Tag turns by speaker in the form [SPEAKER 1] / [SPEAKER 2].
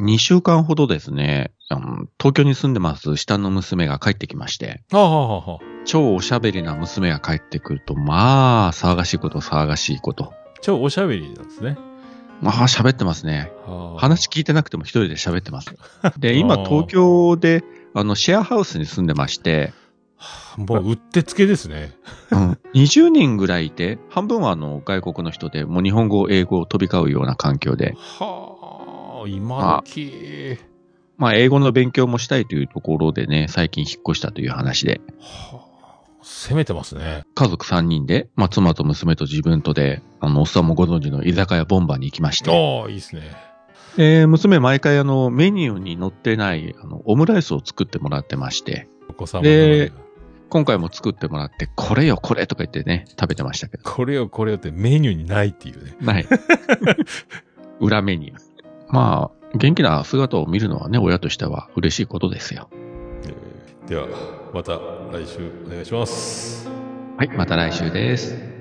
[SPEAKER 1] 2週間ほどですね、あの東京に住んでます下の娘が帰ってきまして、
[SPEAKER 2] はあ、はあはあはあ、
[SPEAKER 1] 超おしゃべりな娘が帰ってくると、まあ、騒がしいこと騒がしいこと。
[SPEAKER 2] 超おしゃべりなんですね。
[SPEAKER 1] まあ、喋ってますね。
[SPEAKER 2] はあ
[SPEAKER 1] 話聞いてなくても一人で喋ってます。で、
[SPEAKER 2] あ
[SPEAKER 1] 今
[SPEAKER 2] ー
[SPEAKER 1] 東京で、あの、シェアハウスに住んでま して、
[SPEAKER 2] もううってつけですね。
[SPEAKER 1] うん、20人ぐらいいて、半分はあの外国の人で、もう日本語、英語を飛び交うような環境で、
[SPEAKER 2] はあ、今時。
[SPEAKER 1] まあ英語の勉強もしたいというところでね、最近引っ越したという話で、
[SPEAKER 2] はあ、攻めてますね。
[SPEAKER 1] 家族3人で、まあ妻と娘と自分とで、あの、おっさんもご存知の居酒屋ボンバーに行きまして、
[SPEAKER 2] ああ、いいですね。
[SPEAKER 1] えー娘毎回あの、メニューに載ってない、あの、オムライスを作ってもらってまして、
[SPEAKER 2] お子様
[SPEAKER 1] で
[SPEAKER 2] で。
[SPEAKER 1] 今回も作ってもらって、これよこれとか言ってね、食べてましたけど。
[SPEAKER 2] これをこれをってメニューにないっていうね。
[SPEAKER 1] ない。裏メニュー。まあ、元気な姿を見るのはね、親としては嬉しいことですよ。
[SPEAKER 2] では、また来週お願いします。
[SPEAKER 1] はい、また来週です。